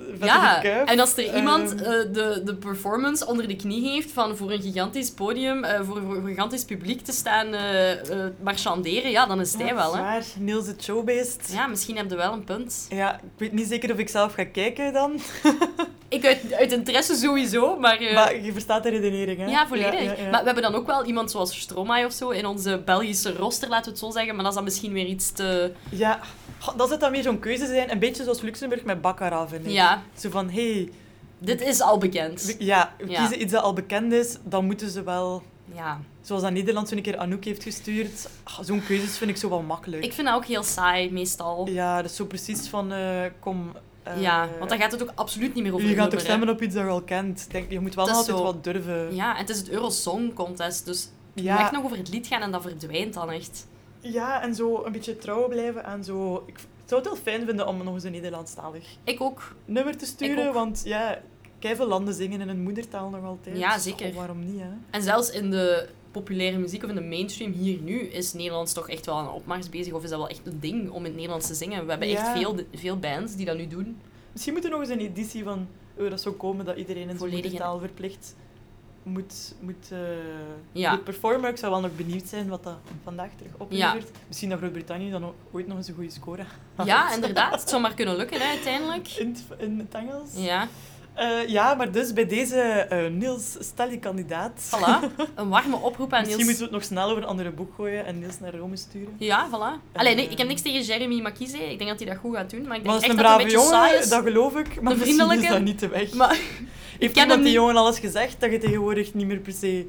Speaker 1: vettige
Speaker 2: Ja,
Speaker 1: kuif.
Speaker 2: en als er iemand
Speaker 1: Ehm,
Speaker 2: eh, de, de performance onder de knie heeft van voor een gigantisch podium, eh, voor, voor een gigantisch publiek te staan eh, eh, marchanderen, ja, dan is
Speaker 1: ja,
Speaker 2: hij wel, hè.
Speaker 1: zwaar. Niels het showbeest. Ja.
Speaker 2: Ja, misschien heb je wel een punt.
Speaker 1: ik weet niet zeker of ik zelf ga kijken dan.
Speaker 2: Ik uit, uit interesse sowieso, maar... eh,
Speaker 1: Maar je verstaat de redenering, hè?
Speaker 2: ja, volledig.
Speaker 1: ja, ja.
Speaker 2: Maar we hebben dan ook wel iemand zoals Stromae of zo in onze Belgische roster, laten we het zo zeggen. Maar dat is dan misschien weer iets te...
Speaker 1: Ja, Goh, dat zou dan weer zo'n keuze zijn. Een beetje zoals Luxemburg met Baccarat, vind ik.
Speaker 2: Ja,
Speaker 1: Zo van, hey,
Speaker 2: dit is al
Speaker 1: we-
Speaker 2: bekend.
Speaker 1: ja, we
Speaker 2: Ja.
Speaker 1: kiezen iets dat al bekend is, dan moeten ze wel...
Speaker 2: Ja.
Speaker 1: Zoals dat Nederland zo'n keer Anouk heeft gestuurd. Ah, zo'n keuzes vind ik zo wel makkelijk.
Speaker 2: Ik vind dat ook heel saai, meestal.
Speaker 1: Ja, dat is zo precies van, eh, kom... eh,
Speaker 2: ja, want dan gaat het ook absoluut niet meer over
Speaker 1: Je
Speaker 2: het
Speaker 1: gaat toch
Speaker 2: nummer, hè.
Speaker 1: stemmen op iets dat je al kent. Ik Denk, je moet wel
Speaker 2: Dat is
Speaker 1: altijd
Speaker 2: zo.
Speaker 1: wat durven.
Speaker 2: Ja, en het is het Eurosong Contest, dus je
Speaker 1: Ja.
Speaker 2: mag nog over het lied gaan en dat verdwijnt dan echt.
Speaker 1: Ja, en zo een beetje trouw blijven aan zo... Ik v- zou het heel fijn vinden om nog eens een Nederlandstalig
Speaker 2: Ik ook.
Speaker 1: nummer te
Speaker 2: Ik
Speaker 1: sturen.
Speaker 2: ook.
Speaker 1: Want ja, veel landen zingen in hun moedertaal nog altijd.
Speaker 2: Ja,
Speaker 1: Dus,
Speaker 2: zeker.
Speaker 1: goh, waarom niet, hè?
Speaker 2: En zelfs in de populaire muziek of in de mainstream hier nu is Nederlands toch echt wel aan een opmars bezig. Of is dat wel echt een ding om in het Nederlands te zingen? We hebben
Speaker 1: Ja.
Speaker 2: echt veel, veel bands die dat nu doen.
Speaker 1: Misschien moet er nog eens een editie van eh, dat zou komen dat iedereen in zijn
Speaker 2: Volledig,
Speaker 1: moedertaal verplicht moet, moet, eh,
Speaker 2: Ja.
Speaker 1: moet performen. Ik zou wel nog benieuwd zijn wat dat vandaag terug oplevert. Misschien dat Groot-Brittannië dan o- ooit nog eens een goede score haalt.
Speaker 2: Ja, inderdaad. Het zou maar kunnen lukken, hè, uiteindelijk.
Speaker 1: In, het- in het Engels. Ja.
Speaker 2: Ja,
Speaker 1: ja, maar dus bij deze eh, Niels, stel je kandidaat.
Speaker 2: voilà. Een warme oproep aan
Speaker 1: Misschien moeten
Speaker 2: Niels.
Speaker 1: we het nog snel over een andere boek gooien en Niels naar Rome sturen.
Speaker 2: Ja, voilà. Allee, nee, ik heb niks tegen Jeremy Makize. Ik denk dat hij dat goed gaat doen. Maar ik
Speaker 1: Maar
Speaker 2: denk
Speaker 1: dat is een
Speaker 2: echt dat het een
Speaker 1: brave
Speaker 2: beetje saai
Speaker 1: jongen,
Speaker 2: is.
Speaker 1: dat geloof ik. Maar
Speaker 2: Een
Speaker 1: misschien is
Speaker 2: vriendelijke.
Speaker 1: dat niet de weg.
Speaker 2: Maar
Speaker 1: Heeft
Speaker 2: ken
Speaker 1: iemand
Speaker 2: hem
Speaker 1: die
Speaker 2: niet.
Speaker 1: jongen alles gezegd dat je tegenwoordig niet meer per se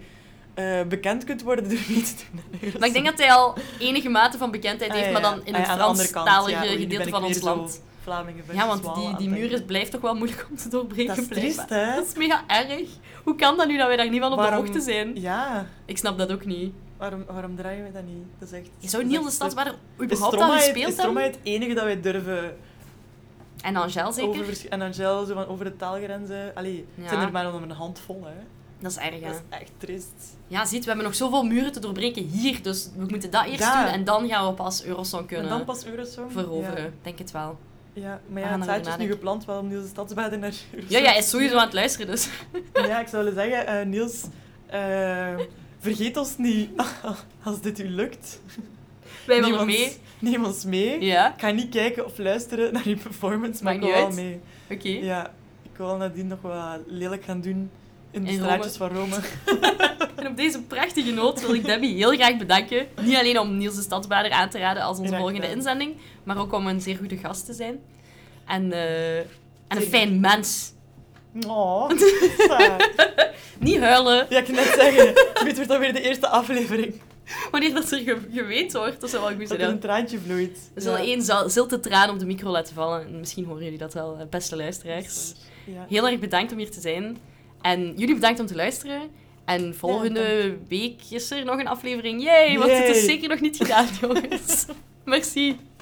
Speaker 1: eh, bekend kunt worden door niet te doen?
Speaker 2: Maar ik denk dat hij al enige mate van bekendheid
Speaker 1: Ah,
Speaker 2: heeft,
Speaker 1: ja,
Speaker 2: maar
Speaker 1: ja.
Speaker 2: dan in
Speaker 1: Ah,
Speaker 2: het
Speaker 1: ja, aan de andere kant,
Speaker 2: Franstalige
Speaker 1: ja. Oei, nu ben
Speaker 2: gedeelte
Speaker 1: ik
Speaker 2: van
Speaker 1: weer
Speaker 2: ons
Speaker 1: zo
Speaker 2: land.
Speaker 1: Vlamingen versus
Speaker 2: Ja, want
Speaker 1: Walen
Speaker 2: die,
Speaker 1: aan
Speaker 2: die
Speaker 1: het
Speaker 2: muur is,
Speaker 1: denken.
Speaker 2: blijft toch wel moeilijk om te doorbreken,
Speaker 1: Dat is
Speaker 2: blijkbaar.
Speaker 1: triest, hè?
Speaker 2: Dat is mega erg. Hoe kan dat nu dat wij daar niet van op
Speaker 1: Waarom-
Speaker 2: de hoogte zijn?
Speaker 1: Ja,
Speaker 2: Ik snap dat ook niet.
Speaker 1: waarom, waarom draaien we dat niet? Dat is echt...
Speaker 2: Zou Niel de Stadsbaarder
Speaker 1: Is
Speaker 2: überhaupt al
Speaker 1: Tromma het,
Speaker 2: gespeeld
Speaker 1: is Tromma
Speaker 2: hebben?
Speaker 1: het enige dat wij durven
Speaker 2: En Angel
Speaker 1: over,
Speaker 2: zeker?
Speaker 1: vers- en Angel, zo van over de taalgrenzen? Allee, het
Speaker 2: Ja.
Speaker 1: zijn er maar nog een handvol, hè.
Speaker 2: Dat is erg,
Speaker 1: Dat
Speaker 2: ja.
Speaker 1: is echt triest.
Speaker 2: Ja, ziet, we hebben nog zoveel muren te doorbreken hier, dus we moeten dat eerst
Speaker 1: Ja.
Speaker 2: doen en dan gaan we pas Eurosong
Speaker 1: En
Speaker 2: kunnen
Speaker 1: dan pas Eurosong?
Speaker 2: veroveren. Denk het wel.
Speaker 1: Ja, ja, maar
Speaker 2: We
Speaker 1: ja,
Speaker 2: gaan
Speaker 1: het
Speaker 2: erover
Speaker 1: zaadje is nu
Speaker 2: nadenken.
Speaker 1: geplant wel om Niels de Stadsbaarder naar Eurosong
Speaker 2: Ja, ja, hij
Speaker 1: te
Speaker 2: is sowieso aan het luisteren, dus.
Speaker 1: Ja, ik zou willen zeggen, eh, Niels, eh, vergeet ons niet als dit u lukt.
Speaker 2: Wij
Speaker 1: neem,
Speaker 2: willen
Speaker 1: ons,
Speaker 2: mee.
Speaker 1: neem ons mee.
Speaker 2: Ja,
Speaker 1: Ik ga niet kijken of luisteren naar je performance, maar ik
Speaker 2: Maakt
Speaker 1: wil
Speaker 2: niet
Speaker 1: wel
Speaker 2: uit.
Speaker 1: mee.
Speaker 2: oké.
Speaker 1: Ja, ik wil nadien nog wat lelijk gaan doen in de
Speaker 2: In Rome.
Speaker 1: straatjes van Rome.
Speaker 2: En op deze prachtige noot wil ik Debbie heel graag bedanken. Niet alleen om Niels de Stadsbader aan te raden als onze
Speaker 1: Graag
Speaker 2: volgende
Speaker 1: gedaan.
Speaker 2: inzending, maar ook om een zeer goede gast te zijn. En, eh, en een
Speaker 1: Zeker.
Speaker 2: fijn mens.
Speaker 1: Oh, saai.
Speaker 2: Niet huilen
Speaker 1: ja, ik kan net zeggen, dit wordt dan weer de eerste aflevering.
Speaker 2: wanneer dat er ge- geweend wordt. Dat zou wel goed
Speaker 1: Dat
Speaker 2: zijn.
Speaker 1: er
Speaker 2: hè?
Speaker 1: een traantje vloeit.
Speaker 2: We zullen
Speaker 1: Ja.
Speaker 2: één zal- zilte traan op de micro laten vallen. En misschien horen jullie dat wel, eh, beste luisteraars.
Speaker 1: Ja.
Speaker 2: Heel erg bedankt om hier te zijn. En jullie bedankt om te luisteren. En volgende week is er nog een aflevering. Yay, want het is
Speaker 1: Yay.
Speaker 2: zeker nog niet gedaan, jongens. Merci.